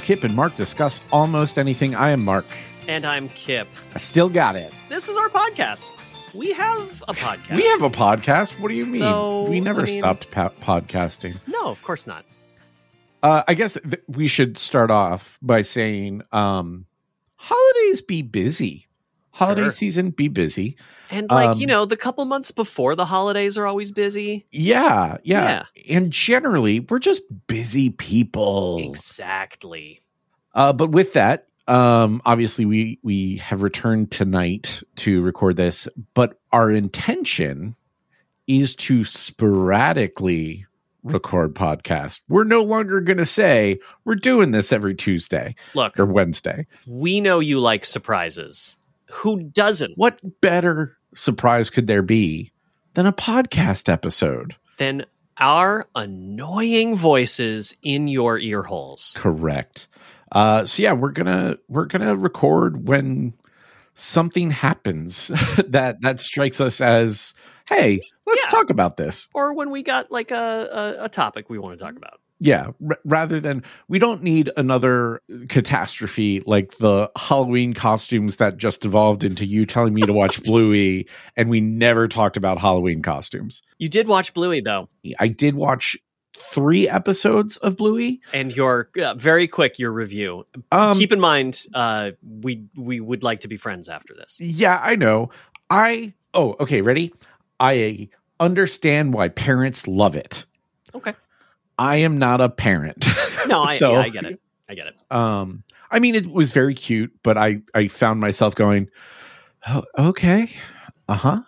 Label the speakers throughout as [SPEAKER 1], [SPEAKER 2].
[SPEAKER 1] Kip and Mark discuss almost anything. I am Mark.
[SPEAKER 2] And I'm Kip.
[SPEAKER 1] I still got it.
[SPEAKER 2] This is our podcast. We have a podcast.
[SPEAKER 1] We have a podcast. What do you mean?
[SPEAKER 2] So,
[SPEAKER 1] we never
[SPEAKER 2] I mean-
[SPEAKER 1] stopped po- podcasting.
[SPEAKER 2] No, of course not.
[SPEAKER 1] Uh, I guess th- we should start off by saying um, holidays be busy. Holiday
[SPEAKER 2] Sure.
[SPEAKER 1] season be busy.
[SPEAKER 2] And like, you
[SPEAKER 1] Um,
[SPEAKER 2] know, the couple months before the holidays are always busy.
[SPEAKER 1] Yeah, yeah. And generally, we're just busy people.
[SPEAKER 2] Exactly.
[SPEAKER 1] Uh, but with that, um, obviously we we have returned tonight to record this, but our intention is to sporadically record podcasts. We're no longer going to say we're doing this every Tuesday
[SPEAKER 2] Look,
[SPEAKER 1] or Wednesday.
[SPEAKER 2] we know you like surprises. Who doesn't?
[SPEAKER 1] What better surprise could there be than a podcast episode?
[SPEAKER 2] Than our annoying voices in your ear holes.
[SPEAKER 1] Correct. Uh, so yeah, we're gonna we're gonna record when something happens that that strikes us as hey, let's
[SPEAKER 2] Yeah.
[SPEAKER 1] talk about this.
[SPEAKER 2] Or when we got like a, a, a topic we want to
[SPEAKER 1] Mm-hmm.
[SPEAKER 2] talk about.
[SPEAKER 1] Yeah, r- rather than we don't need another catastrophe like the Halloween costumes that just evolved into you telling me to watch Bluey, and we never talked about Halloween costumes.
[SPEAKER 2] You did watch Bluey though,
[SPEAKER 1] I did watch three episodes of Bluey.
[SPEAKER 2] and your uh, very quick your review.
[SPEAKER 1] Um,
[SPEAKER 2] Keep in mind, uh, we we would like to be friends after this.
[SPEAKER 1] Yeah, I know. I oh, okay, ready? I understand why parents love it.
[SPEAKER 2] Okay.
[SPEAKER 1] I am not a parent.
[SPEAKER 2] No, I,
[SPEAKER 1] So-
[SPEAKER 2] yeah, I get it. I get it.
[SPEAKER 1] um I mean it was very cute, but I I found myself going, "Oh, okay. Uh-huh.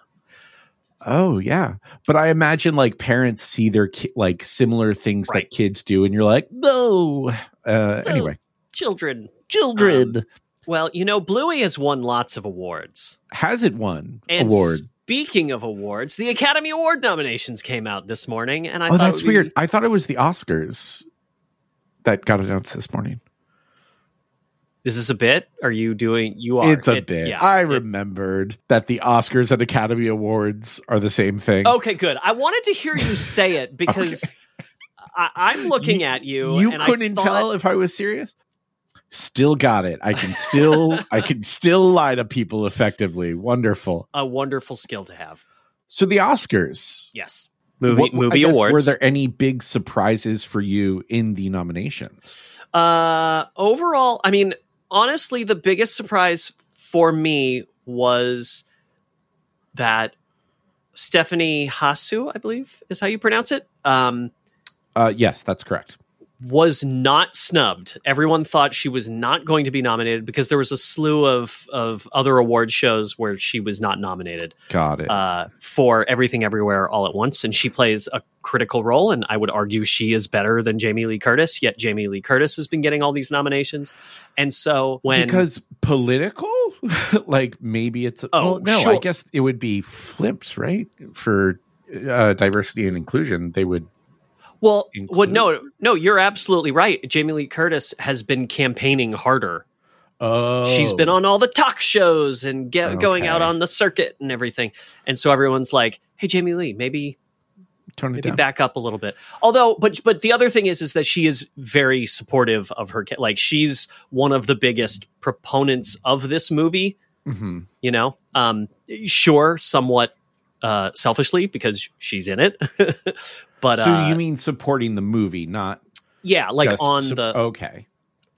[SPEAKER 1] Oh, yeah. But I imagine like parents see their ki- like similar things
[SPEAKER 2] Right.
[SPEAKER 1] that kids do and you're like, "No." Uh
[SPEAKER 2] No. Um,
[SPEAKER 1] anyway,
[SPEAKER 2] Children.
[SPEAKER 1] children
[SPEAKER 2] Well, you know, Bluey has won lots of awards.
[SPEAKER 1] has it won
[SPEAKER 2] And
[SPEAKER 1] award.
[SPEAKER 2] speaking of awards, the Academy Award nominations came out this morning, and I
[SPEAKER 1] oh,
[SPEAKER 2] thought it
[SPEAKER 1] that's
[SPEAKER 2] would be-
[SPEAKER 1] weird. I thought it was the Oscars that got announced this morning.
[SPEAKER 2] Is this a bit? Are you doing? You are.
[SPEAKER 1] It's a
[SPEAKER 2] It-
[SPEAKER 1] bit.
[SPEAKER 2] yeah,
[SPEAKER 1] I
[SPEAKER 2] it-
[SPEAKER 1] remembered that the Oscars and Academy Awards are the same thing.
[SPEAKER 2] okay, good. I wanted to hear you say it because I, I'm looking
[SPEAKER 1] You-
[SPEAKER 2] at you.
[SPEAKER 1] you
[SPEAKER 2] and I
[SPEAKER 1] couldn't
[SPEAKER 2] thought-
[SPEAKER 1] tell if I was serious. Still got it. I can still I can still lie to people effectively. Wonderful.
[SPEAKER 2] A wonderful skill to have.
[SPEAKER 1] So the Oscars
[SPEAKER 2] Yes. Movie
[SPEAKER 1] What- I
[SPEAKER 2] movie
[SPEAKER 1] guess,
[SPEAKER 2] awards.
[SPEAKER 1] Were there any big surprises for you in the nominations?
[SPEAKER 2] Uh, overall, I mean, honestly, the biggest surprise for me was that Stephanie Hasu, I believe, is how you pronounce it, um,
[SPEAKER 1] Uh, yes, that's correct.
[SPEAKER 2] was not snubbed. Everyone thought she was not going to be nominated because there was a slew of of other award shows where she was not nominated
[SPEAKER 1] Got it.
[SPEAKER 2] uh, for Everything Everywhere All at Once, and she plays a critical role. And I would argue she is better than Jamie Lee Curtis. Yet Jamie Lee Curtis has been getting all these nominations, and so when
[SPEAKER 1] because political like maybe it's oh
[SPEAKER 2] Oh,
[SPEAKER 1] no i
[SPEAKER 2] sure.
[SPEAKER 1] guess it would be flips right for uh, diversity and inclusion they would
[SPEAKER 2] well,
[SPEAKER 1] include-
[SPEAKER 2] well, no, no, you're absolutely right. Jamie Lee Curtis has been campaigning harder.
[SPEAKER 1] oh
[SPEAKER 2] She's been on all the talk shows and get, going
[SPEAKER 1] Okay.
[SPEAKER 2] out on the circuit and everything, and so everyone's like, "Hey, Jamie Lee, maybe
[SPEAKER 1] tone it
[SPEAKER 2] maybe
[SPEAKER 1] down
[SPEAKER 2] back up a little bit although but but the other thing is is that she is very supportive of her kid like she's one of the biggest proponents of this movie
[SPEAKER 1] Mhm.
[SPEAKER 2] you know um sure somewhat uh selfishly because she's in it but
[SPEAKER 1] so
[SPEAKER 2] uh
[SPEAKER 1] you mean supporting the movie not
[SPEAKER 2] yeah like
[SPEAKER 1] just
[SPEAKER 2] on
[SPEAKER 1] sup-
[SPEAKER 2] the
[SPEAKER 1] okay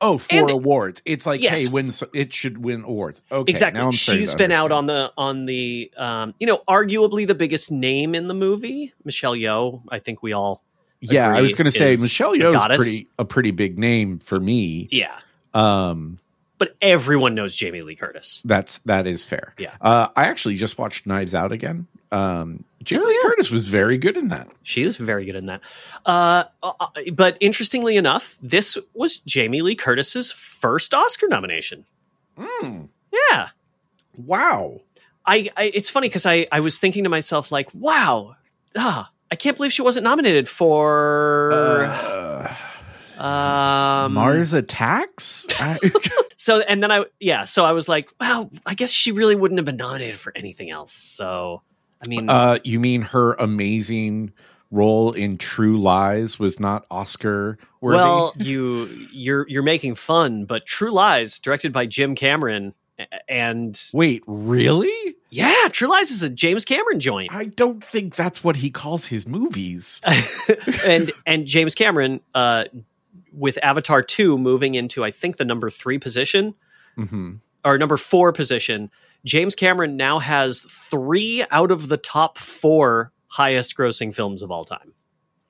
[SPEAKER 1] oh for
[SPEAKER 2] And-
[SPEAKER 1] awards it's like
[SPEAKER 2] Yes.
[SPEAKER 1] hey win so- it should win awards okay
[SPEAKER 2] exactly
[SPEAKER 1] now I'm starting
[SPEAKER 2] she's
[SPEAKER 1] to
[SPEAKER 2] been out
[SPEAKER 1] understand.
[SPEAKER 2] on the on the um you know arguably the biggest name in the movie michelle yeoh i think we all
[SPEAKER 1] yeah i was
[SPEAKER 2] agree
[SPEAKER 1] gonna say
[SPEAKER 2] is
[SPEAKER 1] michelle
[SPEAKER 2] the
[SPEAKER 1] Yeoh's
[SPEAKER 2] goddess.
[SPEAKER 1] pretty a pretty big name for me
[SPEAKER 2] yeah
[SPEAKER 1] um
[SPEAKER 2] but everyone knows jamie lee curtis
[SPEAKER 1] That's that is fair.
[SPEAKER 2] Yeah.
[SPEAKER 1] Uh, I actually just watched Knives Out again. Um, Jamie
[SPEAKER 2] Oh,
[SPEAKER 1] Lee
[SPEAKER 2] yeah.
[SPEAKER 1] Curtis was very good in that.
[SPEAKER 2] She is very good in that. Uh, uh, but interestingly enough, this was Jamie Lee Curtis's first Oscar nomination. Mm. Yeah,
[SPEAKER 1] Wow.
[SPEAKER 2] I, I it's funny because I I was thinking to myself like, wow, ah, I can't believe she wasn't nominated for Uh, um,
[SPEAKER 1] Uh, Mars Attacks. I-
[SPEAKER 2] So and then I yeah, so I was like, wow, I guess she really wouldn't have been nominated for anything else. So I mean,
[SPEAKER 1] uh, you mean her amazing role in True Lies was not Oscar worthy.
[SPEAKER 2] Well, you you're you're making fun, but True Lies, directed by Jim Cameron, a- and
[SPEAKER 1] wait, really?
[SPEAKER 2] yeah, True Lies is a James Cameron joint.
[SPEAKER 1] I don't think that's what he calls his movies.
[SPEAKER 2] and and James Cameron, uh, with Avatar two moving into I think the number three position
[SPEAKER 1] hmm
[SPEAKER 2] or number four position, James Cameron now has three out of the top four highest grossing films of all time.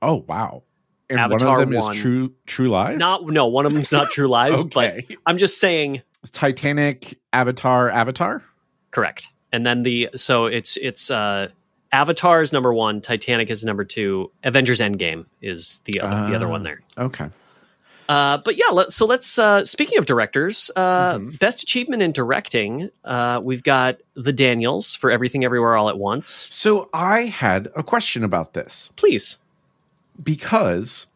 [SPEAKER 1] Oh wow! And
[SPEAKER 2] Avatar
[SPEAKER 1] one of them
[SPEAKER 2] one.
[SPEAKER 1] is True True Lies.
[SPEAKER 2] Not no one of them's not True Lies, but
[SPEAKER 1] okay.
[SPEAKER 2] I'm just saying
[SPEAKER 1] Titanic, Avatar, Avatar.
[SPEAKER 2] correct. And then the so it's it's uh Avatar is number one, Titanic is number two, Avengers Endgame is the other, the other
[SPEAKER 1] Ah.
[SPEAKER 2] one there.
[SPEAKER 1] Okay.
[SPEAKER 2] Uh, but yeah, let, so let's. Uh, speaking of directors, uh,
[SPEAKER 1] Mhm.
[SPEAKER 2] best achievement in directing, uh, we've got the Daniels for Everything Everywhere All at Once.
[SPEAKER 1] So I had a question about this.
[SPEAKER 2] Please,
[SPEAKER 1] because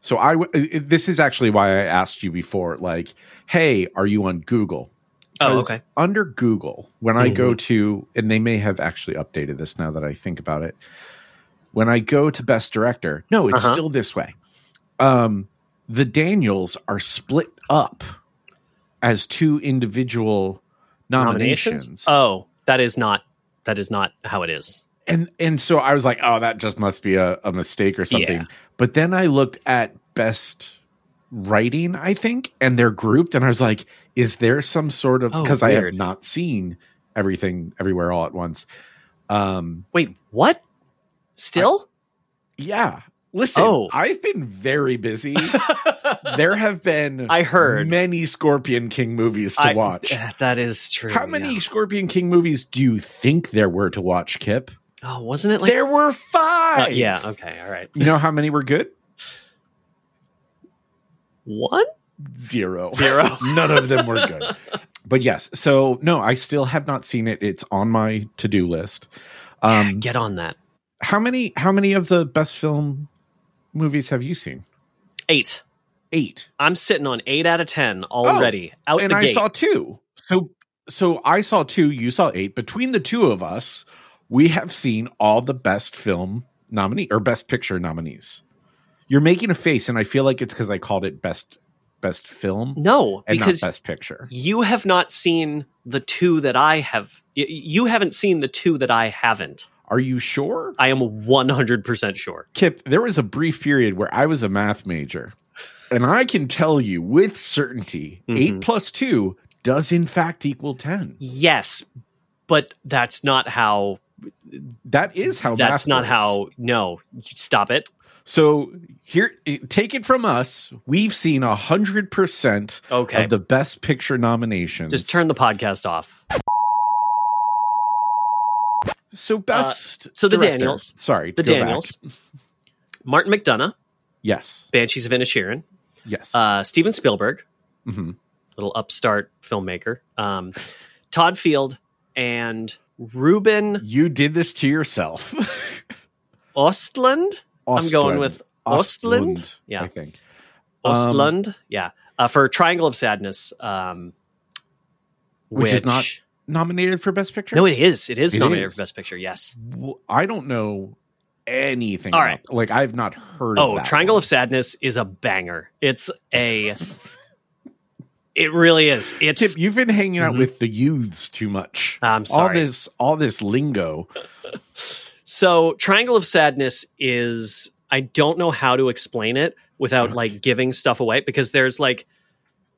[SPEAKER 1] so I w- i- this is actually why I asked you before like hey are you on Google
[SPEAKER 2] Oh,
[SPEAKER 1] 'Cause
[SPEAKER 2] okay. Mm-hmm.
[SPEAKER 1] under Google when I go to and they may have actually updated this now that I think about it when I go to best director no it's
[SPEAKER 2] Uh-huh.
[SPEAKER 1] still this way um the Daniels are split up as two individual nominations,
[SPEAKER 2] Oh, that is not that is not how it is.
[SPEAKER 1] and and so I was like, oh, that just must be a, a mistake or something.
[SPEAKER 2] Yeah.
[SPEAKER 1] But then I looked at best writing, I think, and they're grouped, and I was like, is there some sort of
[SPEAKER 2] Oh,
[SPEAKER 1] because I have
[SPEAKER 2] weird.
[SPEAKER 1] not seen everything everywhere all at once. Um,
[SPEAKER 2] Wait, what? Still?
[SPEAKER 1] yeah. Listen,
[SPEAKER 2] Oh.
[SPEAKER 1] I've been very busy. there have been
[SPEAKER 2] I heard.
[SPEAKER 1] many Scorpion King movies to
[SPEAKER 2] I-
[SPEAKER 1] watch.
[SPEAKER 2] eh, That is true.
[SPEAKER 1] How
[SPEAKER 2] yeah.
[SPEAKER 1] many Scorpion King movies do you think there were to watch, Kip?
[SPEAKER 2] Oh, wasn't it like?
[SPEAKER 1] there were
[SPEAKER 2] Uh,
[SPEAKER 1] five.
[SPEAKER 2] yeah. Okay. All right.
[SPEAKER 1] You know how many were good?
[SPEAKER 2] One
[SPEAKER 1] Zero.
[SPEAKER 2] zero.
[SPEAKER 1] None of them were good. But yes, so no, I still have not seen it. It's on my to-do list.
[SPEAKER 2] Um,
[SPEAKER 1] Um
[SPEAKER 2] Get on that.
[SPEAKER 1] how many how many of the best film movies have you seen?
[SPEAKER 2] Eight.
[SPEAKER 1] 8.
[SPEAKER 2] I'm sitting on eight out of ten already. out
[SPEAKER 1] Oh, and
[SPEAKER 2] Oh, the
[SPEAKER 1] I
[SPEAKER 2] gate.
[SPEAKER 1] saw 2. So so I saw 2, you saw 8. Between the two of us, we have seen all the best film nominee or best picture nominees. You're making a face and I feel like it's cuz I called it best best film
[SPEAKER 2] no,
[SPEAKER 1] and
[SPEAKER 2] because
[SPEAKER 1] not best picture.
[SPEAKER 2] you have not seen the two that I have. y- You haven't seen the two that I haven't.
[SPEAKER 1] Are you sure?
[SPEAKER 2] I am 100% sure.
[SPEAKER 1] Kip, there was a brief period where I was a math major, and I can tell you with certainty,
[SPEAKER 2] Mhm.
[SPEAKER 1] eight plus two does in fact equal ten.
[SPEAKER 2] Yes, but that's not how.
[SPEAKER 1] That is how. math
[SPEAKER 2] that's not
[SPEAKER 1] works.
[SPEAKER 2] how. No, stop it.
[SPEAKER 1] So here, take it from us. We've seen a hundred percent
[SPEAKER 2] Okay.
[SPEAKER 1] of the best picture nominations.
[SPEAKER 2] Just turn the podcast off.
[SPEAKER 1] So best.
[SPEAKER 2] uh, so the
[SPEAKER 1] director.
[SPEAKER 2] Daniels.
[SPEAKER 1] Sorry,
[SPEAKER 2] The
[SPEAKER 1] go back.
[SPEAKER 2] Daniels, Martin McDonough,
[SPEAKER 1] Yes.
[SPEAKER 2] Banshees of Inisherin,
[SPEAKER 1] Yes.
[SPEAKER 2] uh, Steven Spielberg,
[SPEAKER 1] Mhm.
[SPEAKER 2] little upstart filmmaker, um, Todd Field, and Ruben
[SPEAKER 1] You did this to yourself.
[SPEAKER 2] Ostlund. I'm going with Ostland?
[SPEAKER 1] Yeah.
[SPEAKER 2] Yeah.
[SPEAKER 1] I think. Um,
[SPEAKER 2] Ostlund, yeah, uh, for Triangle of Sadness, um,
[SPEAKER 1] Which is not Nominated for best picture.
[SPEAKER 2] No, it is. It is
[SPEAKER 1] It
[SPEAKER 2] nominated
[SPEAKER 1] is.
[SPEAKER 2] for Best Picture. Yes.
[SPEAKER 1] W- I don't know anything.
[SPEAKER 2] All
[SPEAKER 1] about-
[SPEAKER 2] right.
[SPEAKER 1] Like I've not heard of
[SPEAKER 2] Oh,
[SPEAKER 1] that
[SPEAKER 2] Triangle
[SPEAKER 1] one.
[SPEAKER 2] of Sadness is a banger. It's a. it really is. It's.
[SPEAKER 1] Kip, you've been hanging out
[SPEAKER 2] Mhm.
[SPEAKER 1] with the youths too much.
[SPEAKER 2] I'm
[SPEAKER 1] All
[SPEAKER 2] sorry.
[SPEAKER 1] this all this lingo.
[SPEAKER 2] So Triangle of Sadness is. I don't know how to explain it without like giving stuff away because there's like,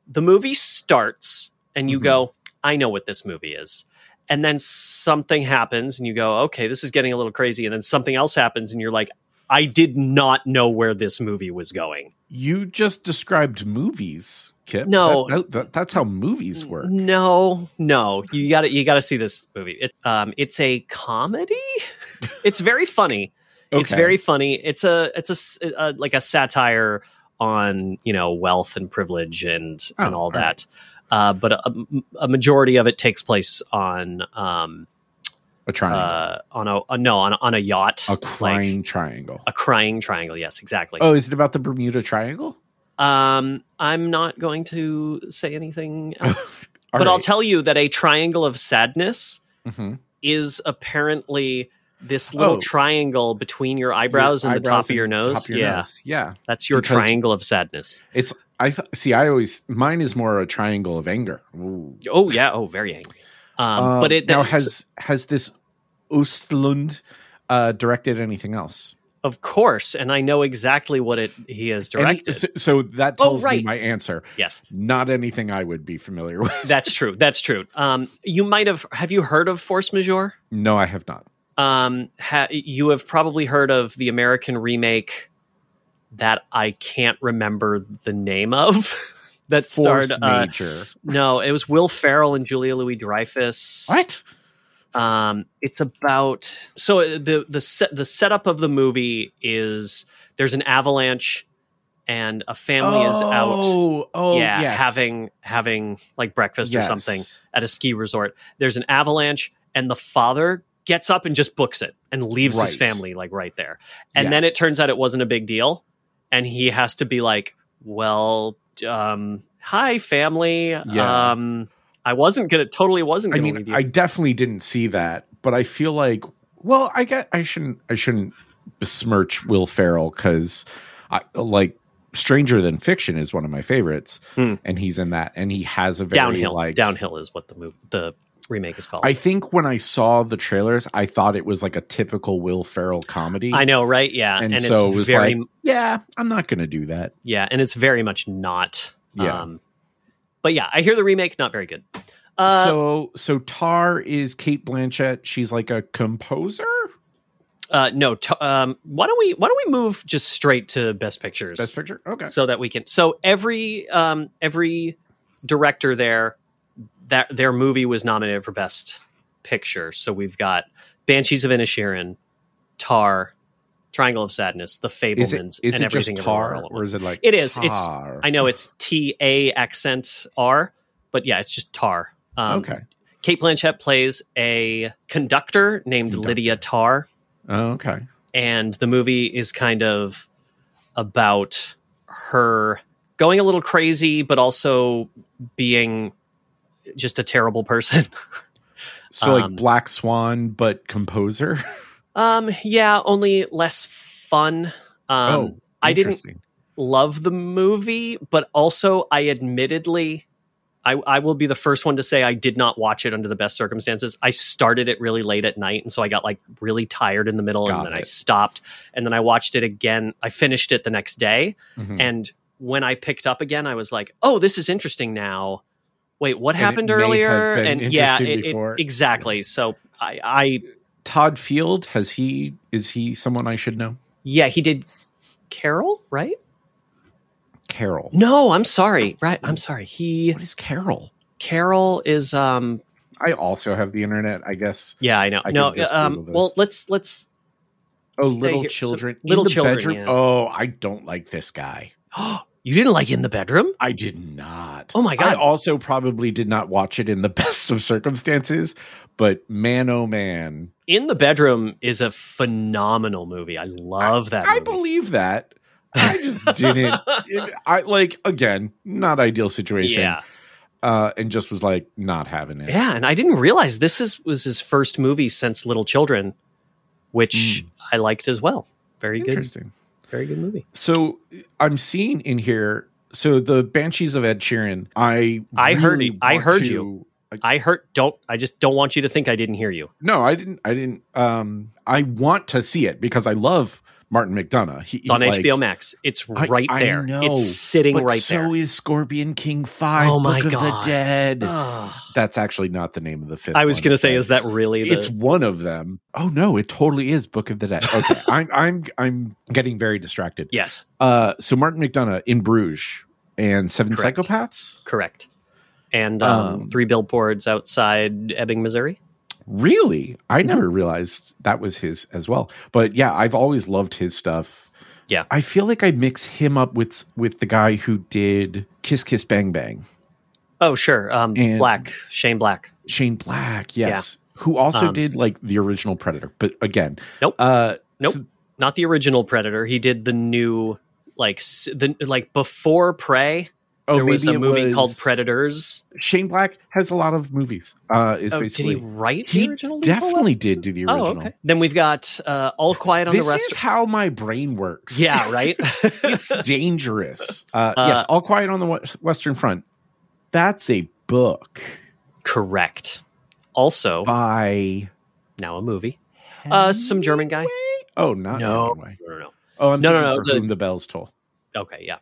[SPEAKER 2] the movie starts and you
[SPEAKER 1] Mhm.
[SPEAKER 2] go, I know what this movie is. And then something happens and you go, okay, this is getting a little crazy. And then something else happens and you're like, I did not know where this movie was going.
[SPEAKER 1] You just described movies, Kip.
[SPEAKER 2] No.
[SPEAKER 1] That- that- that- that's how movies work.
[SPEAKER 2] No, no, you got to you got to see this movie. It, um, it's a comedy. It's very funny. It's
[SPEAKER 1] Okay.
[SPEAKER 2] very funny. It's a it's a, s- a- like a satire on you know wealth and privilege and and
[SPEAKER 1] Oh,
[SPEAKER 2] all
[SPEAKER 1] all
[SPEAKER 2] that. Uh, but a, a majority of it takes place on um
[SPEAKER 1] a triangle,
[SPEAKER 2] uh on a, uh, no on a- on a yacht
[SPEAKER 1] a
[SPEAKER 2] like,
[SPEAKER 1] crying triangle.
[SPEAKER 2] a crying triangle. Yes, exactly.
[SPEAKER 1] oh, is it about the Bermuda Triangle?
[SPEAKER 2] Um, I'm not going to say anything else,
[SPEAKER 1] All
[SPEAKER 2] but I'll
[SPEAKER 1] right.
[SPEAKER 2] tell you that a triangle of sadness.
[SPEAKER 1] Mhm.
[SPEAKER 2] is apparently this little
[SPEAKER 1] Oh.
[SPEAKER 2] triangle between your eyebrows and the top
[SPEAKER 1] Eyebrows
[SPEAKER 2] of your nose.
[SPEAKER 1] top of your
[SPEAKER 2] yeah,
[SPEAKER 1] nose. yeah.
[SPEAKER 2] that's your
[SPEAKER 1] Because-
[SPEAKER 2] triangle of sadness.
[SPEAKER 1] I th- see. I always mine is more a triangle of anger. Ooh.
[SPEAKER 2] Oh yeah. Oh, very angry. Um,
[SPEAKER 1] Um,
[SPEAKER 2] but it
[SPEAKER 1] now
[SPEAKER 2] that's-
[SPEAKER 1] has has this Ostlund uh, directed anything else?
[SPEAKER 2] of course, and I know exactly what it he has
[SPEAKER 1] Any-
[SPEAKER 2] directed.
[SPEAKER 1] so, so that
[SPEAKER 2] Oh,
[SPEAKER 1] tells
[SPEAKER 2] right.
[SPEAKER 1] me my answer.
[SPEAKER 2] yes,
[SPEAKER 1] Not anything I would be familiar with.
[SPEAKER 2] that's true. That's true. Um, you might have have you heard of force majeure?
[SPEAKER 1] No, I have not.
[SPEAKER 2] um, ha- you have probably heard of the American remake that I can't remember the name of. that starred
[SPEAKER 1] Force
[SPEAKER 2] uh,
[SPEAKER 1] major.
[SPEAKER 2] no, it was Will Ferrell and Julia Louis Dreyfus.
[SPEAKER 1] What?
[SPEAKER 2] Um, it's about so the the set the setup of the movie is there's an avalanche and a family is out.
[SPEAKER 1] Oh, oh,
[SPEAKER 2] yeah,
[SPEAKER 1] yes.
[SPEAKER 2] having having like breakfast
[SPEAKER 1] Yes.
[SPEAKER 2] or something at a ski resort. There's an avalanche, and the father gets up and just books it and leaves his
[SPEAKER 1] Right.
[SPEAKER 2] family like right there. And then
[SPEAKER 1] Yes.
[SPEAKER 2] it turns out it wasn't a big deal, and he has to be like, "Well, um, hi family,
[SPEAKER 1] Yeah.
[SPEAKER 2] um, I wasn't gonna totally wasn't
[SPEAKER 1] I
[SPEAKER 2] gonna
[SPEAKER 1] mean,
[SPEAKER 2] leave you."
[SPEAKER 1] I definitely didn't see that, but I feel like, well, I get, I shouldn't, I shouldn't besmirch Will Ferrell because, I like, Stranger Than Fiction is one of my favorites,
[SPEAKER 2] Hmm.
[SPEAKER 1] and he's in that, and he has a very
[SPEAKER 2] downhill,
[SPEAKER 1] like
[SPEAKER 2] downhill is what the move the remake is called.
[SPEAKER 1] I think when I saw the trailers, I thought it was like a typical Will Ferrell comedy.
[SPEAKER 2] I know, right? Yeah,
[SPEAKER 1] And so
[SPEAKER 2] it's
[SPEAKER 1] it was
[SPEAKER 2] very,
[SPEAKER 1] like- yeah, I'm not going to do that.
[SPEAKER 2] yeah, and it's very much not.
[SPEAKER 1] Yeah.
[SPEAKER 2] Um, but yeah, I hear the remake not very good. Uh,
[SPEAKER 1] so, so Tar is Kate Blanchett. She's like a composer.
[SPEAKER 2] Uh, no. T- um, why don't we why don't we move just straight to best pictures
[SPEAKER 1] Best picture. Okay.
[SPEAKER 2] so that we can so every um every director there that their movie was nominated for best picture. So we've got Banshees of Inisherin, Tar, Triangle of Sadness, The
[SPEAKER 1] is it,
[SPEAKER 2] Fablemans,
[SPEAKER 1] is
[SPEAKER 2] and
[SPEAKER 1] it
[SPEAKER 2] everything
[SPEAKER 1] just
[SPEAKER 2] Everywhere
[SPEAKER 1] Tar
[SPEAKER 2] All at
[SPEAKER 1] or
[SPEAKER 2] Once.
[SPEAKER 1] is it like
[SPEAKER 2] It is. It's
[SPEAKER 1] Tar?
[SPEAKER 2] I know it's T A accent R, but yeah, it's just Tar. Um,
[SPEAKER 1] okay.
[SPEAKER 2] Kate Blanchett plays a conductor named
[SPEAKER 1] Conductor.
[SPEAKER 2] Lydia Tar.
[SPEAKER 1] Oh, okay.
[SPEAKER 2] and the movie is kind of about her going a little crazy but also being just a terrible person
[SPEAKER 1] So
[SPEAKER 2] Um,
[SPEAKER 1] like Black Swan, but composer.
[SPEAKER 2] um yeah only less fun um
[SPEAKER 1] oh,
[SPEAKER 2] i didn't
[SPEAKER 1] interesting.
[SPEAKER 2] love the movie but also i admittedly I, I will be the first one to say I did not watch it under the best circumstances. I started it really late at night, and so I got like really tired in the middle,
[SPEAKER 1] Got
[SPEAKER 2] and then I
[SPEAKER 1] it.
[SPEAKER 2] stopped, and then I watched it again. I finished it the next day,
[SPEAKER 1] Mhm.
[SPEAKER 2] And when I picked up again, I was like, "Oh, this is interesting now." Wait, what
[SPEAKER 1] And it
[SPEAKER 2] happened
[SPEAKER 1] may have
[SPEAKER 2] earlier?
[SPEAKER 1] been
[SPEAKER 2] and yeah,
[SPEAKER 1] interesting
[SPEAKER 2] it- it-
[SPEAKER 1] before.
[SPEAKER 2] exactly. So I, I,
[SPEAKER 1] Todd Field has he is he someone I should know?
[SPEAKER 2] yeah, he did Carol, right?
[SPEAKER 1] Carol.
[SPEAKER 2] No, I'm sorry, right? I'm sorry. He
[SPEAKER 1] What is Carol?
[SPEAKER 2] Carol is um
[SPEAKER 1] I also have the internet. I guess.
[SPEAKER 2] yeah, I know.
[SPEAKER 1] I
[SPEAKER 2] no,
[SPEAKER 1] can just
[SPEAKER 2] um
[SPEAKER 1] Google this.
[SPEAKER 2] well, let's let's
[SPEAKER 1] Oh,
[SPEAKER 2] Stay
[SPEAKER 1] little
[SPEAKER 2] here. So,
[SPEAKER 1] children. in
[SPEAKER 2] little
[SPEAKER 1] the
[SPEAKER 2] children,
[SPEAKER 1] Bedroom.
[SPEAKER 2] yeah.
[SPEAKER 1] Oh, I don't like this guy.
[SPEAKER 2] You didn't like in the bedroom?
[SPEAKER 1] I did not.
[SPEAKER 2] Oh my
[SPEAKER 1] I
[SPEAKER 2] god.
[SPEAKER 1] also probably did not watch it in the best of circumstances, but man, oh man,
[SPEAKER 2] in the bedroom is a phenomenal movie. I love that
[SPEAKER 1] I
[SPEAKER 2] movie.
[SPEAKER 1] believe that. I just didn't. it- I like again, not ideal situation.
[SPEAKER 2] yeah.
[SPEAKER 1] Uh, and just was like not having it.
[SPEAKER 2] Yeah, and I didn't realize this is was his first movie since Little Children, which
[SPEAKER 1] Mm.
[SPEAKER 2] I liked as well. Very good,
[SPEAKER 1] Interesting.
[SPEAKER 2] very good movie.
[SPEAKER 1] So I'm seeing in here. So the Banshees of Ed Sheeran. I
[SPEAKER 2] I heard
[SPEAKER 1] really
[SPEAKER 2] you. I
[SPEAKER 1] want
[SPEAKER 2] heard
[SPEAKER 1] to-
[SPEAKER 2] you. I hurt. Don't. I just don't want you to think I didn't hear you.
[SPEAKER 1] No, I didn't. I didn't. Um, I want to see it because I love Martin McDonough. He,
[SPEAKER 2] It's on
[SPEAKER 1] he, like-
[SPEAKER 2] HBO Max. It's
[SPEAKER 1] I-
[SPEAKER 2] right
[SPEAKER 1] I
[SPEAKER 2] there.
[SPEAKER 1] know,
[SPEAKER 2] it's sitting
[SPEAKER 1] But
[SPEAKER 2] right
[SPEAKER 1] so
[SPEAKER 2] there.
[SPEAKER 1] is Scorpion King Five.
[SPEAKER 2] Oh my
[SPEAKER 1] Book
[SPEAKER 2] God.
[SPEAKER 1] Of the Dead.
[SPEAKER 2] Ah.
[SPEAKER 1] That's actually not the name of the fifth.
[SPEAKER 2] I was
[SPEAKER 1] one,
[SPEAKER 2] gonna say,
[SPEAKER 1] but
[SPEAKER 2] is that really the?
[SPEAKER 1] it's one of them? Oh no, it totally is Book of the Dead. Okay, I'm I'm I'm getting very distracted.
[SPEAKER 2] yes,
[SPEAKER 1] Uh, so Martin McDonough in Bruges and Seven
[SPEAKER 2] Correct.
[SPEAKER 1] Psychopaths.
[SPEAKER 2] correct. And um,
[SPEAKER 1] Um,
[SPEAKER 2] three billboards outside Ebbing, Missouri.
[SPEAKER 1] Really, I never realized that was his as well. But yeah, I've always loved his stuff.
[SPEAKER 2] Yeah.
[SPEAKER 1] I feel like I mix him up with with the guy who did Kiss Kiss Bang Bang,
[SPEAKER 2] Oh sure, um,
[SPEAKER 1] And-
[SPEAKER 2] Black Shane Black.
[SPEAKER 1] Shane Black. Yes, who also
[SPEAKER 2] Um,
[SPEAKER 1] did like the original Predator. But again,
[SPEAKER 2] Nope.
[SPEAKER 1] uh,
[SPEAKER 2] Nope.
[SPEAKER 1] so-
[SPEAKER 2] not the original predator he did the new like s- the like before prey
[SPEAKER 1] Oh,
[SPEAKER 2] there was a
[SPEAKER 1] maybe it
[SPEAKER 2] movie called
[SPEAKER 1] was-
[SPEAKER 2] Predators.
[SPEAKER 1] Shane Black has a lot of movies. Uh, is
[SPEAKER 2] Oh, did
[SPEAKER 1] basically
[SPEAKER 2] he write
[SPEAKER 1] He
[SPEAKER 2] the original? Lethal
[SPEAKER 1] definitely
[SPEAKER 2] Weapon?
[SPEAKER 1] did do the original.
[SPEAKER 2] Oh, okay. Then we've got uh, All Quiet on
[SPEAKER 1] This
[SPEAKER 2] the
[SPEAKER 1] is
[SPEAKER 2] Rest.
[SPEAKER 1] how my brain works.
[SPEAKER 2] yeah, right.
[SPEAKER 1] it's dangerous. Uh,
[SPEAKER 2] Uh,
[SPEAKER 1] yes, All Quiet on the Wes- Western Front. That's a book
[SPEAKER 2] Correct. Also,
[SPEAKER 1] by
[SPEAKER 2] now a movie. Uh, some German guy.
[SPEAKER 1] Oh, not
[SPEAKER 2] No.
[SPEAKER 1] Hemingway.
[SPEAKER 2] No, no, no.
[SPEAKER 1] Oh, I'm
[SPEAKER 2] No, no,
[SPEAKER 1] thinking
[SPEAKER 2] no,
[SPEAKER 1] for
[SPEAKER 2] it's a-
[SPEAKER 1] whom the bells toll.
[SPEAKER 2] Okay, yeah.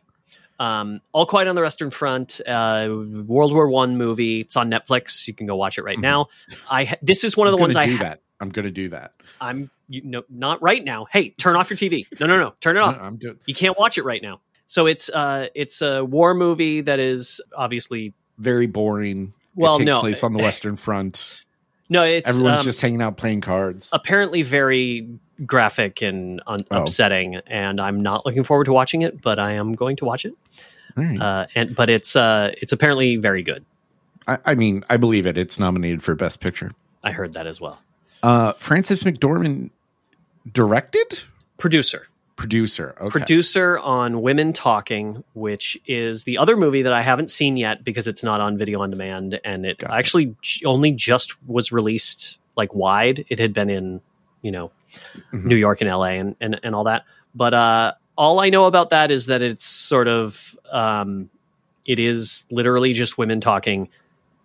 [SPEAKER 2] Um, All Quiet on the Western Front, uh, World War One movie. It's on Netflix. You can go watch it right
[SPEAKER 1] Mhm.
[SPEAKER 2] now. I ha- this is one of
[SPEAKER 1] I'm
[SPEAKER 2] the ones
[SPEAKER 1] gonna
[SPEAKER 2] I
[SPEAKER 1] do
[SPEAKER 2] ha-
[SPEAKER 1] that. I'm going to do that.
[SPEAKER 2] I'm you, no, not right now. Hey, turn off your TV. No, no, no, turn it off.
[SPEAKER 1] Uh, I'm doing
[SPEAKER 2] You can't watch it right now. So it's uh, it's a war movie that is obviously
[SPEAKER 1] very boring.
[SPEAKER 2] well,
[SPEAKER 1] it takes
[SPEAKER 2] no,
[SPEAKER 1] place on the Western Front.
[SPEAKER 2] no, it's
[SPEAKER 1] Everyone's
[SPEAKER 2] um,
[SPEAKER 1] just hanging out playing cards.
[SPEAKER 2] apparently very graphic and un-
[SPEAKER 1] Oh.
[SPEAKER 2] upsetting, and I'm not looking forward to watching it, but I am going to watch it.
[SPEAKER 1] All right.
[SPEAKER 2] Uh, and but it's uh, it's apparently very good.
[SPEAKER 1] I, I mean, I believe it. It's nominated for Best Picture.
[SPEAKER 2] I heard that as well.
[SPEAKER 1] Uh, Francis McDormand directed,
[SPEAKER 2] Producer.
[SPEAKER 1] producer. Okay.
[SPEAKER 2] Producer on Women Talking, which is the other movie that I haven't seen yet because it's not on video on demand and it
[SPEAKER 1] Got it.
[SPEAKER 2] actually j- only just was released like wide. It had been in, you know,
[SPEAKER 1] Mhm.
[SPEAKER 2] New York and LA and, and, and all that. But uh, all I know about that is that it's sort of, um, it is literally just women talking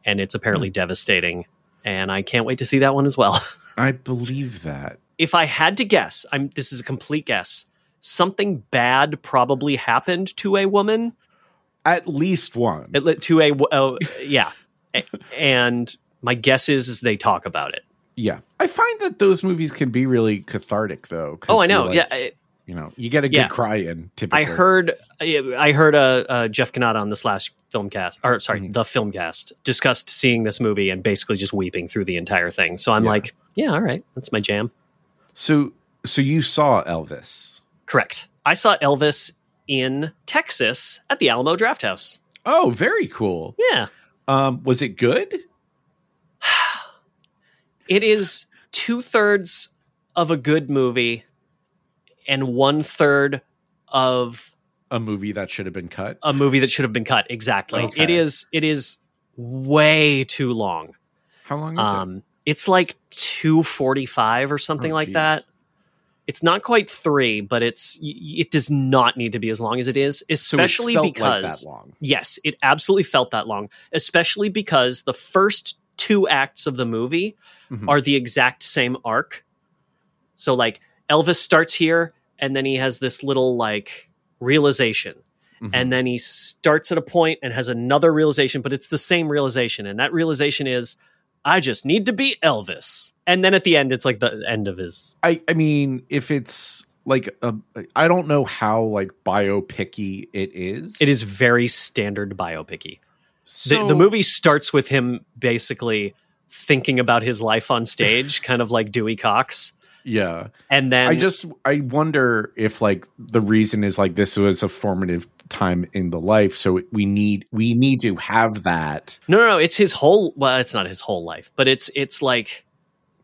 [SPEAKER 2] and it's apparently devastating. And I can't wait to see that one as well.
[SPEAKER 1] I believe that.
[SPEAKER 2] if I had to guess, I'm this is a complete guess. Something bad probably happened to a woman.
[SPEAKER 1] At least one.
[SPEAKER 2] It li- To a wo- oh, yeah, A- and my guess is is they talk about it.
[SPEAKER 1] yeah. I find that those movies can be really cathartic, though. 'cause
[SPEAKER 2] Oh, I
[SPEAKER 1] you're
[SPEAKER 2] know.
[SPEAKER 1] like-
[SPEAKER 2] yeah, I,
[SPEAKER 1] you know, you get a good
[SPEAKER 2] Yeah.
[SPEAKER 1] cry in typically.
[SPEAKER 2] I heard I I heard uh, uh, Jeff Canada on the slash filmcast or sorry
[SPEAKER 1] Mhm.
[SPEAKER 2] the filmcast discussed seeing this movie and basically just weeping through the entire thing. So I'm
[SPEAKER 1] Yeah.
[SPEAKER 2] like, yeah, all right, that's my jam.
[SPEAKER 1] So, so you saw Elvis.
[SPEAKER 2] Correct. I saw Elvis in Texas at the Alamo Draft House.
[SPEAKER 1] Oh, very cool.
[SPEAKER 2] Yeah.
[SPEAKER 1] Um, was it good?
[SPEAKER 2] It is two thirds of a good movie and one third of
[SPEAKER 1] A movie that should have been cut.
[SPEAKER 2] a movie that should have been cut. Exactly.
[SPEAKER 1] Okay.
[SPEAKER 2] It is it is way too long.
[SPEAKER 1] How long is
[SPEAKER 2] Um it's like two forty five or
[SPEAKER 1] it?
[SPEAKER 2] something
[SPEAKER 1] Oh,
[SPEAKER 2] like
[SPEAKER 1] geez.
[SPEAKER 2] that. It's not quite three, but it's y- y- it does not need to be as long as it is,
[SPEAKER 1] So it
[SPEAKER 2] especially
[SPEAKER 1] felt like
[SPEAKER 2] because
[SPEAKER 1] that long.
[SPEAKER 2] Yes, it absolutely felt that long, especially because the first two acts of the movie
[SPEAKER 1] Mhm.
[SPEAKER 2] are the exact same arc. So, like, Elvis starts here, and then he has this little, like, realization.
[SPEAKER 1] Mhm.
[SPEAKER 2] And then he starts at a point and has another realization, but it's the same realization. And that realization is, I just need to be Elvis. And then at the end, it's like the end of his.
[SPEAKER 1] I, I mean, if it's like a, I don't know how like biopicky it is.
[SPEAKER 2] It is very standard biopicy. the,
[SPEAKER 1] So-
[SPEAKER 2] the movie starts with him basically thinking about his life on stage, kind of like Dewey Cox,
[SPEAKER 1] Yeah,
[SPEAKER 2] and then
[SPEAKER 1] I just I wonder if like the reason is like this was a formative time in the life, so we need we need to have that.
[SPEAKER 2] no, no, no, it's his whole. Well, it's not his whole life, but it's it's like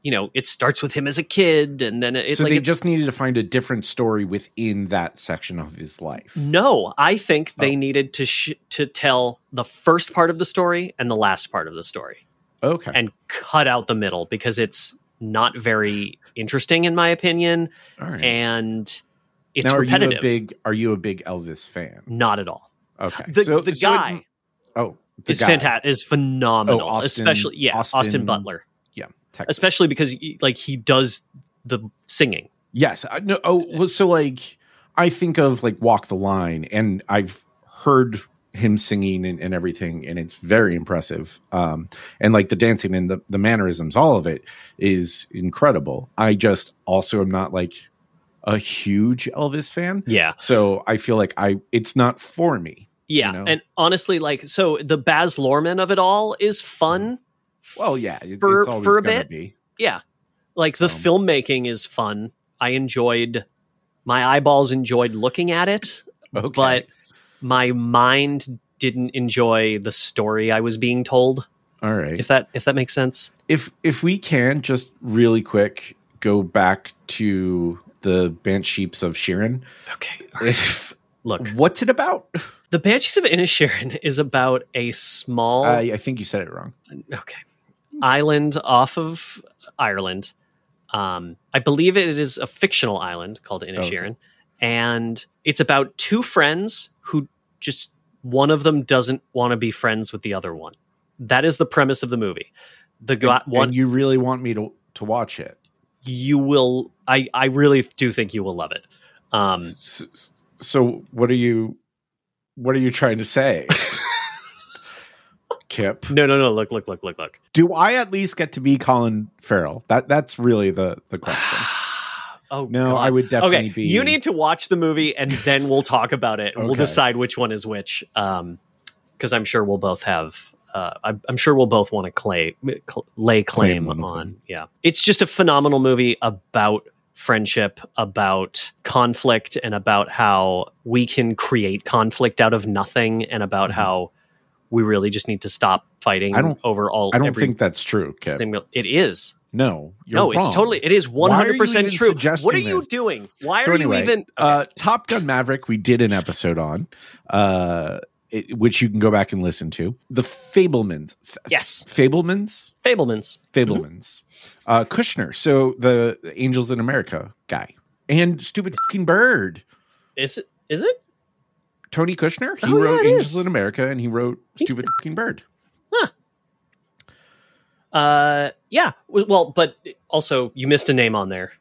[SPEAKER 2] you know, it starts with him as a kid, and then it's
[SPEAKER 1] so
[SPEAKER 2] like
[SPEAKER 1] they
[SPEAKER 2] it's,
[SPEAKER 1] just needed to find a different story within that section of his life.
[SPEAKER 2] Mm-hmm. no. I think
[SPEAKER 1] Oh.
[SPEAKER 2] they needed to sh- to tell the first part of the story and the last part of the story,
[SPEAKER 1] Okay,
[SPEAKER 2] and cut out the middle because it's not very interesting in my opinion,
[SPEAKER 1] all right.
[SPEAKER 2] and it's
[SPEAKER 1] Hmm. now, are
[SPEAKER 2] repetitive.
[SPEAKER 1] you a big are you a big Elvis fan?
[SPEAKER 2] not at all.
[SPEAKER 1] Okay,
[SPEAKER 2] The,
[SPEAKER 1] So-
[SPEAKER 2] the
[SPEAKER 1] so it-
[SPEAKER 2] guy
[SPEAKER 1] oh, the
[SPEAKER 2] is
[SPEAKER 1] guy,
[SPEAKER 2] fantastic is phenomenal
[SPEAKER 1] Oh, Austin-
[SPEAKER 2] especially yeah austin,
[SPEAKER 1] Austin-
[SPEAKER 2] butler
[SPEAKER 1] Texas.
[SPEAKER 2] especially because y- like he does the singing
[SPEAKER 1] Yes. I- No. Oh, well, so like I think of like Walk the Line, and I've heard him singing and, and everything, and it's very impressive. Um, and like the dancing and the, the mannerisms, all of it is incredible. I just also am not like a huge Elvis fan,
[SPEAKER 2] yeah
[SPEAKER 1] so I feel like I it's not for me.
[SPEAKER 2] yeah
[SPEAKER 1] You know?
[SPEAKER 2] and honestly like so the baz luhrmann of it all is fun
[SPEAKER 1] Well, yeah, it-
[SPEAKER 2] for,
[SPEAKER 1] it's always
[SPEAKER 2] for a
[SPEAKER 1] gonna
[SPEAKER 2] bit
[SPEAKER 1] Be.
[SPEAKER 2] yeah like the
[SPEAKER 1] Um,
[SPEAKER 2] filmmaking is fun i enjoyed my eyeballs enjoyed looking at it
[SPEAKER 1] Okay.
[SPEAKER 2] but my mind didn't enjoy the story i was being told
[SPEAKER 1] all right.
[SPEAKER 2] if that if that makes sense
[SPEAKER 1] if if we can just really quick go back to the Banshees of Sheeran.
[SPEAKER 2] okay
[SPEAKER 1] if
[SPEAKER 2] Look,
[SPEAKER 1] What's it about?
[SPEAKER 2] the Banshees of Inisherin is about a small
[SPEAKER 1] I, I think you said it wrong.
[SPEAKER 2] okay island off of Ireland. Um, I believe it is a fictional island
[SPEAKER 1] Oh,
[SPEAKER 2] called Inisherin, and it's about two friends who just one of them doesn't want to be friends with the other one. That is the premise of the movie. The gu-
[SPEAKER 1] And-
[SPEAKER 2] one
[SPEAKER 1] and you really want me to to watch it.
[SPEAKER 2] you will, I I really do think you will love it. Um,
[SPEAKER 1] S- s- So what are you what are you trying to say? Kip.
[SPEAKER 2] no, no, no. Look, look, look, look, look.
[SPEAKER 1] Do I at least get to be Colin Farrell? That that's really the the question.
[SPEAKER 2] oh
[SPEAKER 1] No,
[SPEAKER 2] God.
[SPEAKER 1] I would definitely
[SPEAKER 2] okay,
[SPEAKER 1] be
[SPEAKER 2] you need to watch the movie and then we'll talk about it. and We'll
[SPEAKER 1] Okay.
[SPEAKER 2] decide which one is which. Um, because I'm sure we'll both have. Uh, I'm, I'm sure we'll both want to claim cl- lay claim,
[SPEAKER 1] Claim one of
[SPEAKER 2] on.
[SPEAKER 1] them.
[SPEAKER 2] Yeah, it's just a phenomenal movie about friendship, about conflict, and about how we can create conflict out of nothing, and about
[SPEAKER 1] Mhm.
[SPEAKER 2] how we really just need to stop fighting.
[SPEAKER 1] I don't-
[SPEAKER 2] over all.
[SPEAKER 1] I don't
[SPEAKER 2] every
[SPEAKER 1] think that's true, Kip.
[SPEAKER 2] single. It is
[SPEAKER 1] No, you're
[SPEAKER 2] no, it's
[SPEAKER 1] wrong.
[SPEAKER 2] totally. It is one
[SPEAKER 1] Why are you
[SPEAKER 2] hundred percent
[SPEAKER 1] even
[SPEAKER 2] true. What are
[SPEAKER 1] suggesting
[SPEAKER 2] you
[SPEAKER 1] this?
[SPEAKER 2] doing? Why
[SPEAKER 1] So
[SPEAKER 2] are
[SPEAKER 1] anyway,
[SPEAKER 2] you even?
[SPEAKER 1] Uh, Top Gun Maverick, we did an episode on, uh, it, which you can go back and listen to. The Fablemans, F-
[SPEAKER 2] yes,
[SPEAKER 1] Fablemans,
[SPEAKER 2] Fablemans.
[SPEAKER 1] Fablemans,
[SPEAKER 2] Mm-hmm.
[SPEAKER 1] uh, Kushner. So the the Angels in America guy and stupid fucking bird,
[SPEAKER 2] Is it? Is it?
[SPEAKER 1] Tony Kushner. He
[SPEAKER 2] Oh, yeah,
[SPEAKER 1] wrote
[SPEAKER 2] it
[SPEAKER 1] Angels
[SPEAKER 2] is.
[SPEAKER 1] in America and he wrote
[SPEAKER 2] He-
[SPEAKER 1] stupid fucking bird.
[SPEAKER 2] Uh, yeah. W- Well, but also you missed a name on there.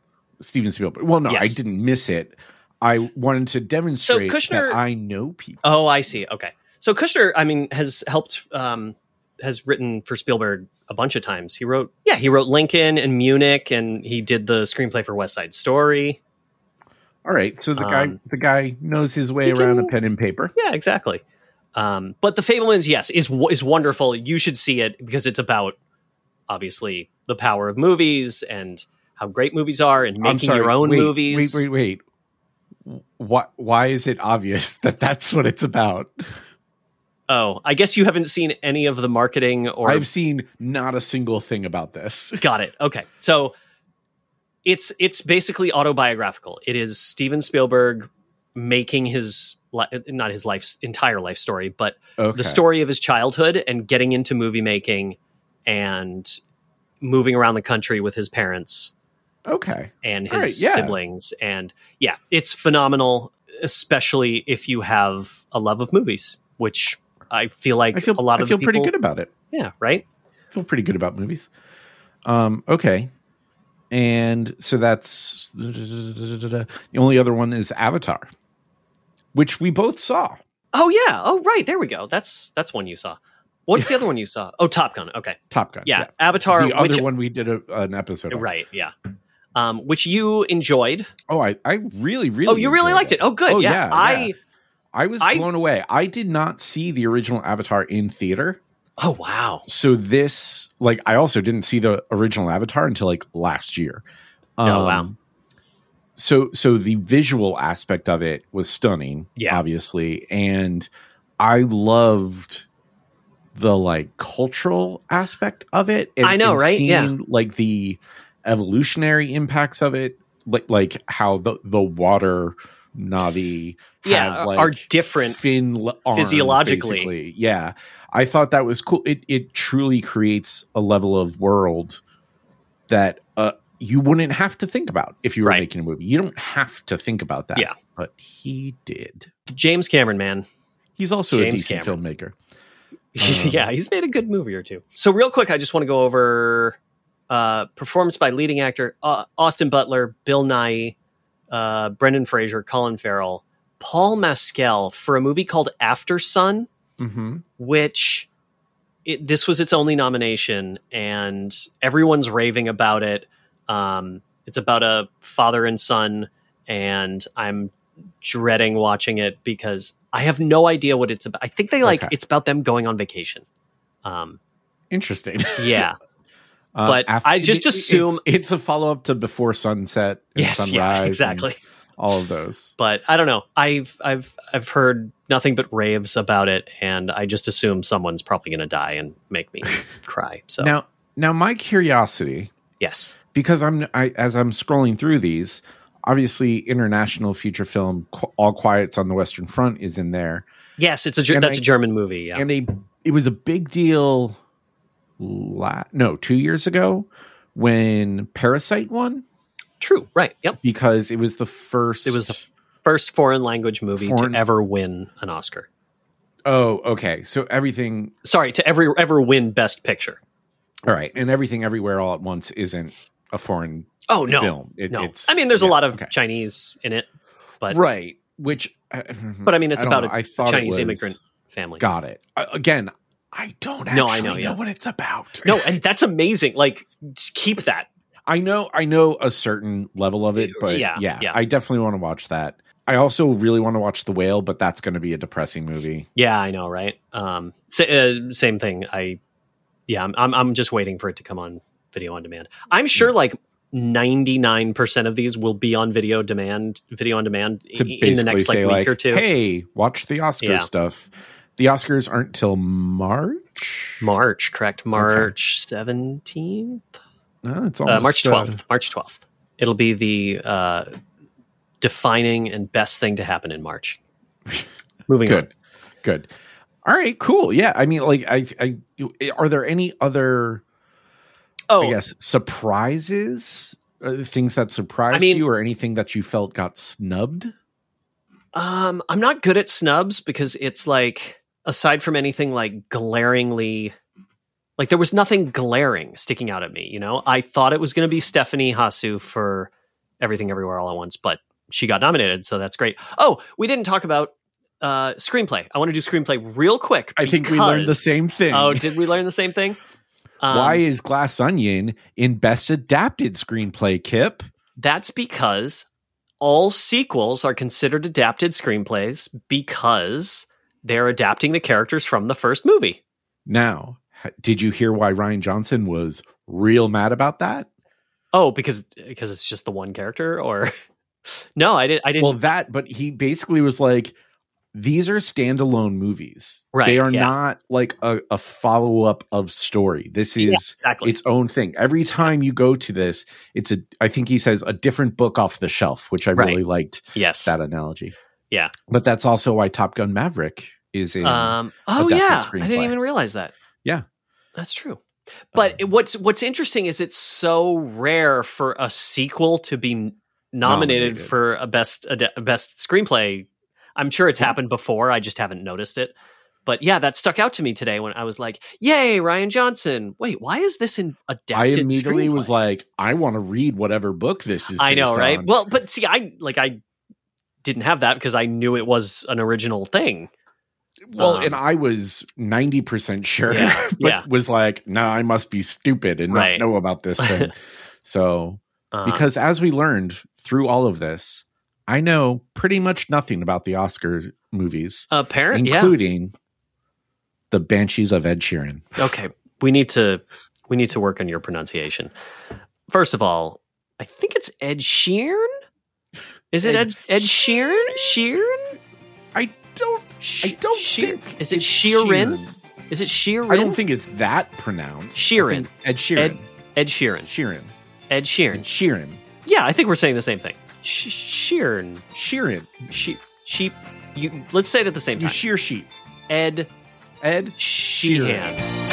[SPEAKER 1] Steven Spielberg. Well, no,
[SPEAKER 2] Yes.
[SPEAKER 1] I didn't miss it. I wanted to demonstrate
[SPEAKER 2] Kushner-
[SPEAKER 1] that I know people.
[SPEAKER 2] Oh, I see. Okay. So Kushner, I mean, has helped. Um, has written for Spielberg a bunch of times. He wrote, yeah, he wrote Lincoln and Munich, and he did the screenplay for West Side Story.
[SPEAKER 1] All right, so the guy
[SPEAKER 2] Um,
[SPEAKER 1] the guy knows his way
[SPEAKER 2] he
[SPEAKER 1] around a
[SPEAKER 2] can-
[SPEAKER 1] pen and paper.
[SPEAKER 2] Yeah, exactly. Um, but the Fablemans, yes, is wo- is wonderful. You should see it because it's about obviously the power of movies and how great movies are and making your own
[SPEAKER 1] wait,
[SPEAKER 2] movies.
[SPEAKER 1] Wait, wait, wait. Why, why is it obvious that that's what it's about?
[SPEAKER 2] Oh, I guess you haven't seen any of the marketing or
[SPEAKER 1] I've seen not a single thing about this.
[SPEAKER 2] got it. Okay, so it's it's basically autobiographical. It is Steven Spielberg making his li- not his life's entire life story, but
[SPEAKER 1] Okay.
[SPEAKER 2] the story of his childhood and getting into movie making and moving around the country with his parents
[SPEAKER 1] Okay.
[SPEAKER 2] and
[SPEAKER 1] All
[SPEAKER 2] his
[SPEAKER 1] right, yeah.
[SPEAKER 2] siblings and yeah it's phenomenal especially if you have a love of movies which i feel like
[SPEAKER 1] I feel
[SPEAKER 2] a lot
[SPEAKER 1] I
[SPEAKER 2] of
[SPEAKER 1] feel
[SPEAKER 2] the people,
[SPEAKER 1] pretty good about it.
[SPEAKER 2] yeah right
[SPEAKER 1] I feel pretty good about movies. Um, okay. And so that's the only other one is Avatar, which we both saw.
[SPEAKER 2] oh yeah oh right there we go that's that's one you saw what's the other one you saw oh top gun okay
[SPEAKER 1] Top Gun.
[SPEAKER 2] yeah, avatar
[SPEAKER 1] The
[SPEAKER 2] which
[SPEAKER 1] other one we did a, an episode. on.
[SPEAKER 2] right yeah um which you enjoyed
[SPEAKER 1] Oh, I, I really, really.
[SPEAKER 2] oh you really
[SPEAKER 1] enjoyed
[SPEAKER 2] liked it, oh good
[SPEAKER 1] Oh,
[SPEAKER 2] yeah.
[SPEAKER 1] yeah,
[SPEAKER 2] i
[SPEAKER 1] yeah. I was
[SPEAKER 2] I-
[SPEAKER 1] blown away. I did not see the original Avatar in theater.
[SPEAKER 2] oh wow
[SPEAKER 1] So this like I also didn't see the original Avatar until like last year. Um,
[SPEAKER 2] Oh, wow.
[SPEAKER 1] So so the visual aspect of it was stunning,
[SPEAKER 2] Yeah.
[SPEAKER 1] obviously, and I loved the like cultural aspect of it. And,
[SPEAKER 2] I know,
[SPEAKER 1] and
[SPEAKER 2] right?
[SPEAKER 1] Seeing,
[SPEAKER 2] Yeah.
[SPEAKER 1] like the evolutionary impacts of it, like like how the the water Navi
[SPEAKER 2] yeah uh,
[SPEAKER 1] have, like,
[SPEAKER 2] are different
[SPEAKER 1] fin l- arms,
[SPEAKER 2] physiologically.
[SPEAKER 1] basically. Yeah, I thought that was cool. It it truly creates a level of world that uh, you wouldn't have to think about if you were
[SPEAKER 2] Right.
[SPEAKER 1] making a movie. You don't have to think about that.
[SPEAKER 2] Yeah.
[SPEAKER 1] but he did.
[SPEAKER 2] james cameron man
[SPEAKER 1] He's also a
[SPEAKER 2] James
[SPEAKER 1] decent
[SPEAKER 2] Cameron.
[SPEAKER 1] filmmaker. Um,
[SPEAKER 2] yeah, he's made a good movie or two. So real quick, I just want to go over uh, performance by leading actor uh, Austin Butler, Bill Nye, uh, Brendan Fraser, Colin Farrell, Paul Mescal for a movie called After Sun,
[SPEAKER 1] hmm
[SPEAKER 2] which it, this was its only nomination, and everyone's raving about it. Um, it's about a father and son, and I'm dreading watching it because I have no idea what it's about. I think they like
[SPEAKER 1] Okay.
[SPEAKER 2] it's about them going on vacation. Um,
[SPEAKER 1] Interesting.
[SPEAKER 2] yeah,
[SPEAKER 1] Um,
[SPEAKER 2] But
[SPEAKER 1] after-
[SPEAKER 2] I just
[SPEAKER 1] it- it's-
[SPEAKER 2] assume-
[SPEAKER 1] it's, a follow up to Before Sunset. And
[SPEAKER 2] yes,
[SPEAKER 1] Sunrise
[SPEAKER 2] yeah,
[SPEAKER 1] and
[SPEAKER 2] exactly.
[SPEAKER 1] all of those.
[SPEAKER 2] But I don't know. I've I've I've heard nothing but raves about it, and I just assume someone's probably going to die and make me cry. So
[SPEAKER 1] Now, now my curiosity
[SPEAKER 2] yes,
[SPEAKER 1] because I'm I, as I'm scrolling through these, obviously international feature film Qu- All Quiet's on the Western Front is in there,
[SPEAKER 2] Yes, it's a Ger-
[SPEAKER 1] And
[SPEAKER 2] that's
[SPEAKER 1] I-
[SPEAKER 2] a German movie. Yeah.
[SPEAKER 1] and a it was a big deal. La- no, two years ago when Parasite won
[SPEAKER 2] True. Right. Yep.
[SPEAKER 1] because it was the first.
[SPEAKER 2] It was the First foreign language movie
[SPEAKER 1] Foreign-
[SPEAKER 2] to ever win an Oscar.
[SPEAKER 1] oh okay. So everything
[SPEAKER 2] Sorry, to ever ever win Best Picture.
[SPEAKER 1] all right, and everything everywhere all at once isn't a foreign
[SPEAKER 2] Oh no,
[SPEAKER 1] film. It-
[SPEAKER 2] no.
[SPEAKER 1] It's,
[SPEAKER 2] I mean, there's a
[SPEAKER 1] yeah,
[SPEAKER 2] lot of
[SPEAKER 1] okay.
[SPEAKER 2] Chinese in it. but-
[SPEAKER 1] right, which uh,
[SPEAKER 2] But I mean, it's
[SPEAKER 1] I don't
[SPEAKER 2] about
[SPEAKER 1] know.
[SPEAKER 2] a
[SPEAKER 1] I thought it
[SPEAKER 2] Chinese
[SPEAKER 1] was-
[SPEAKER 2] immigrant family.
[SPEAKER 1] Got it. Uh, again, I don't actually
[SPEAKER 2] No, I
[SPEAKER 1] I know,
[SPEAKER 2] know, yeah.
[SPEAKER 1] what it's about.
[SPEAKER 2] No, and that's amazing. Like, just keep that.
[SPEAKER 1] I know I know a certain level of it, but
[SPEAKER 2] Yeah,
[SPEAKER 1] yeah,
[SPEAKER 2] yeah.
[SPEAKER 1] I definitely want to watch that. I also really want to watch The Whale, but that's going to be a depressing movie.
[SPEAKER 2] Yeah, I know, right? Um, sa- uh, same thing. I, yeah, I'm, I'm, I'm just waiting for it to come on video on demand. I'm
[SPEAKER 1] Mm.
[SPEAKER 2] sure, like. 99% of these will be on video demand video on demand i-
[SPEAKER 1] To
[SPEAKER 2] in the next like
[SPEAKER 1] say
[SPEAKER 2] week
[SPEAKER 1] like,
[SPEAKER 2] or two
[SPEAKER 1] hey, watch the Oscar
[SPEAKER 2] Yeah.
[SPEAKER 1] stuff. The Oscars aren't till March.
[SPEAKER 2] march correct march 17th
[SPEAKER 1] No, it's
[SPEAKER 2] uh,
[SPEAKER 1] almost
[SPEAKER 2] March
[SPEAKER 1] uh,
[SPEAKER 2] 12th. March 12th. It'll be the uh, defining and best thing to happen in March. Moving on.
[SPEAKER 1] good good all right cool yeah i mean like i i eh, are there any other
[SPEAKER 2] Oh,
[SPEAKER 1] i guess surprises Uh, things that surprised
[SPEAKER 2] I mean-
[SPEAKER 1] you or anything that you felt got snubbed
[SPEAKER 2] um, I'm not good at snubs because it's like, aside from anything like glaringly, like there was nothing glaring sticking out at me. You know, I thought it was going to be Stephanie Hasu for Everything Everywhere All at Once, but she got nominated, so that's great. Oh, we didn't talk about uh screenplay. I want to do screenplay real quick.
[SPEAKER 1] i think we learned the
[SPEAKER 2] because-
[SPEAKER 1] same thing
[SPEAKER 2] Oh, did we learn the same thing? Um,
[SPEAKER 1] why is glass onion in best adapted screenplay kip
[SPEAKER 2] That's because all sequels are considered adapted screenplays because they're adapting the characters from the first movie.
[SPEAKER 1] now h- did you hear why ryan johnson was real mad about that
[SPEAKER 2] Oh, because because it's just the one character, or no? I didn't. I didn't.
[SPEAKER 1] well that but he basically was like these are standalone movies
[SPEAKER 2] Right,
[SPEAKER 1] they are
[SPEAKER 2] yeah.
[SPEAKER 1] not like a, a follow-up of story this is
[SPEAKER 2] Yeah, exactly.
[SPEAKER 1] its own thing every time you go to this it's a i think he says a different book off the shelf which i
[SPEAKER 2] Right.
[SPEAKER 1] really liked
[SPEAKER 2] yes.
[SPEAKER 1] that analogy
[SPEAKER 2] Yeah.
[SPEAKER 1] but that's also why top gun maverick is in
[SPEAKER 2] Um. Oh
[SPEAKER 1] Adapted
[SPEAKER 2] yeah. I didn't
[SPEAKER 1] screenplay.
[SPEAKER 2] even realize that.
[SPEAKER 1] Yeah. Um,
[SPEAKER 2] That's true. But it- what's what's interesting is it's so rare for a sequel to be n- nominated,
[SPEAKER 1] Nominated.
[SPEAKER 2] for a best a de- best screenplay. I'm sure it's happened before. I just haven't noticed it. But yeah, that stuck out to me today when I was like, "Yay, Ryan Johnson!" Wait, why is this an adapted?
[SPEAKER 1] i immediately was
[SPEAKER 2] screenplay?
[SPEAKER 1] like i want to read whatever book this is
[SPEAKER 2] I know,
[SPEAKER 1] based
[SPEAKER 2] right?
[SPEAKER 1] on.
[SPEAKER 2] Well, but see, I like I didn't have that because I knew it was an original thing.
[SPEAKER 1] Well,
[SPEAKER 2] Um,
[SPEAKER 1] and I was 90% sure,
[SPEAKER 2] Yeah,
[SPEAKER 1] but
[SPEAKER 2] yeah.
[SPEAKER 1] was like, no, I must be stupid and
[SPEAKER 2] Right.
[SPEAKER 1] not know about this thing. so,
[SPEAKER 2] Uh,
[SPEAKER 1] because as we learned through all of this, I know pretty much nothing about the Oscars movies,
[SPEAKER 2] apparently, Uh, yeah.
[SPEAKER 1] including The Banshees of Ed Sheeran.
[SPEAKER 2] Okay, we need to we need to work on your pronunciation. First of all, I think it's Ed Sheeran. Is it Ed
[SPEAKER 1] Ed
[SPEAKER 2] Ed Sheeran? Sheeran?
[SPEAKER 1] I don't,
[SPEAKER 2] Sh-
[SPEAKER 1] I don't
[SPEAKER 2] Sheer-
[SPEAKER 1] think.
[SPEAKER 2] Is it
[SPEAKER 1] it's
[SPEAKER 2] Sheeran? Is it Sheeran?
[SPEAKER 1] I don't think it's that pronounced. I
[SPEAKER 2] Sheeran.
[SPEAKER 1] think Ed Sheeran.
[SPEAKER 2] Ed- Ed Sheeran.
[SPEAKER 1] Sheeran.
[SPEAKER 2] Ed Sheeran.
[SPEAKER 1] Sheeran.
[SPEAKER 2] Yeah, I think we're saying the same thing. Sh- Sheeran.
[SPEAKER 1] Sheeran.
[SPEAKER 2] Sheep. Sheep. You. Let's say it at the same
[SPEAKER 1] You
[SPEAKER 2] time.
[SPEAKER 1] shear sheep.
[SPEAKER 2] Ed
[SPEAKER 1] Ed
[SPEAKER 2] Sheeran. Oh.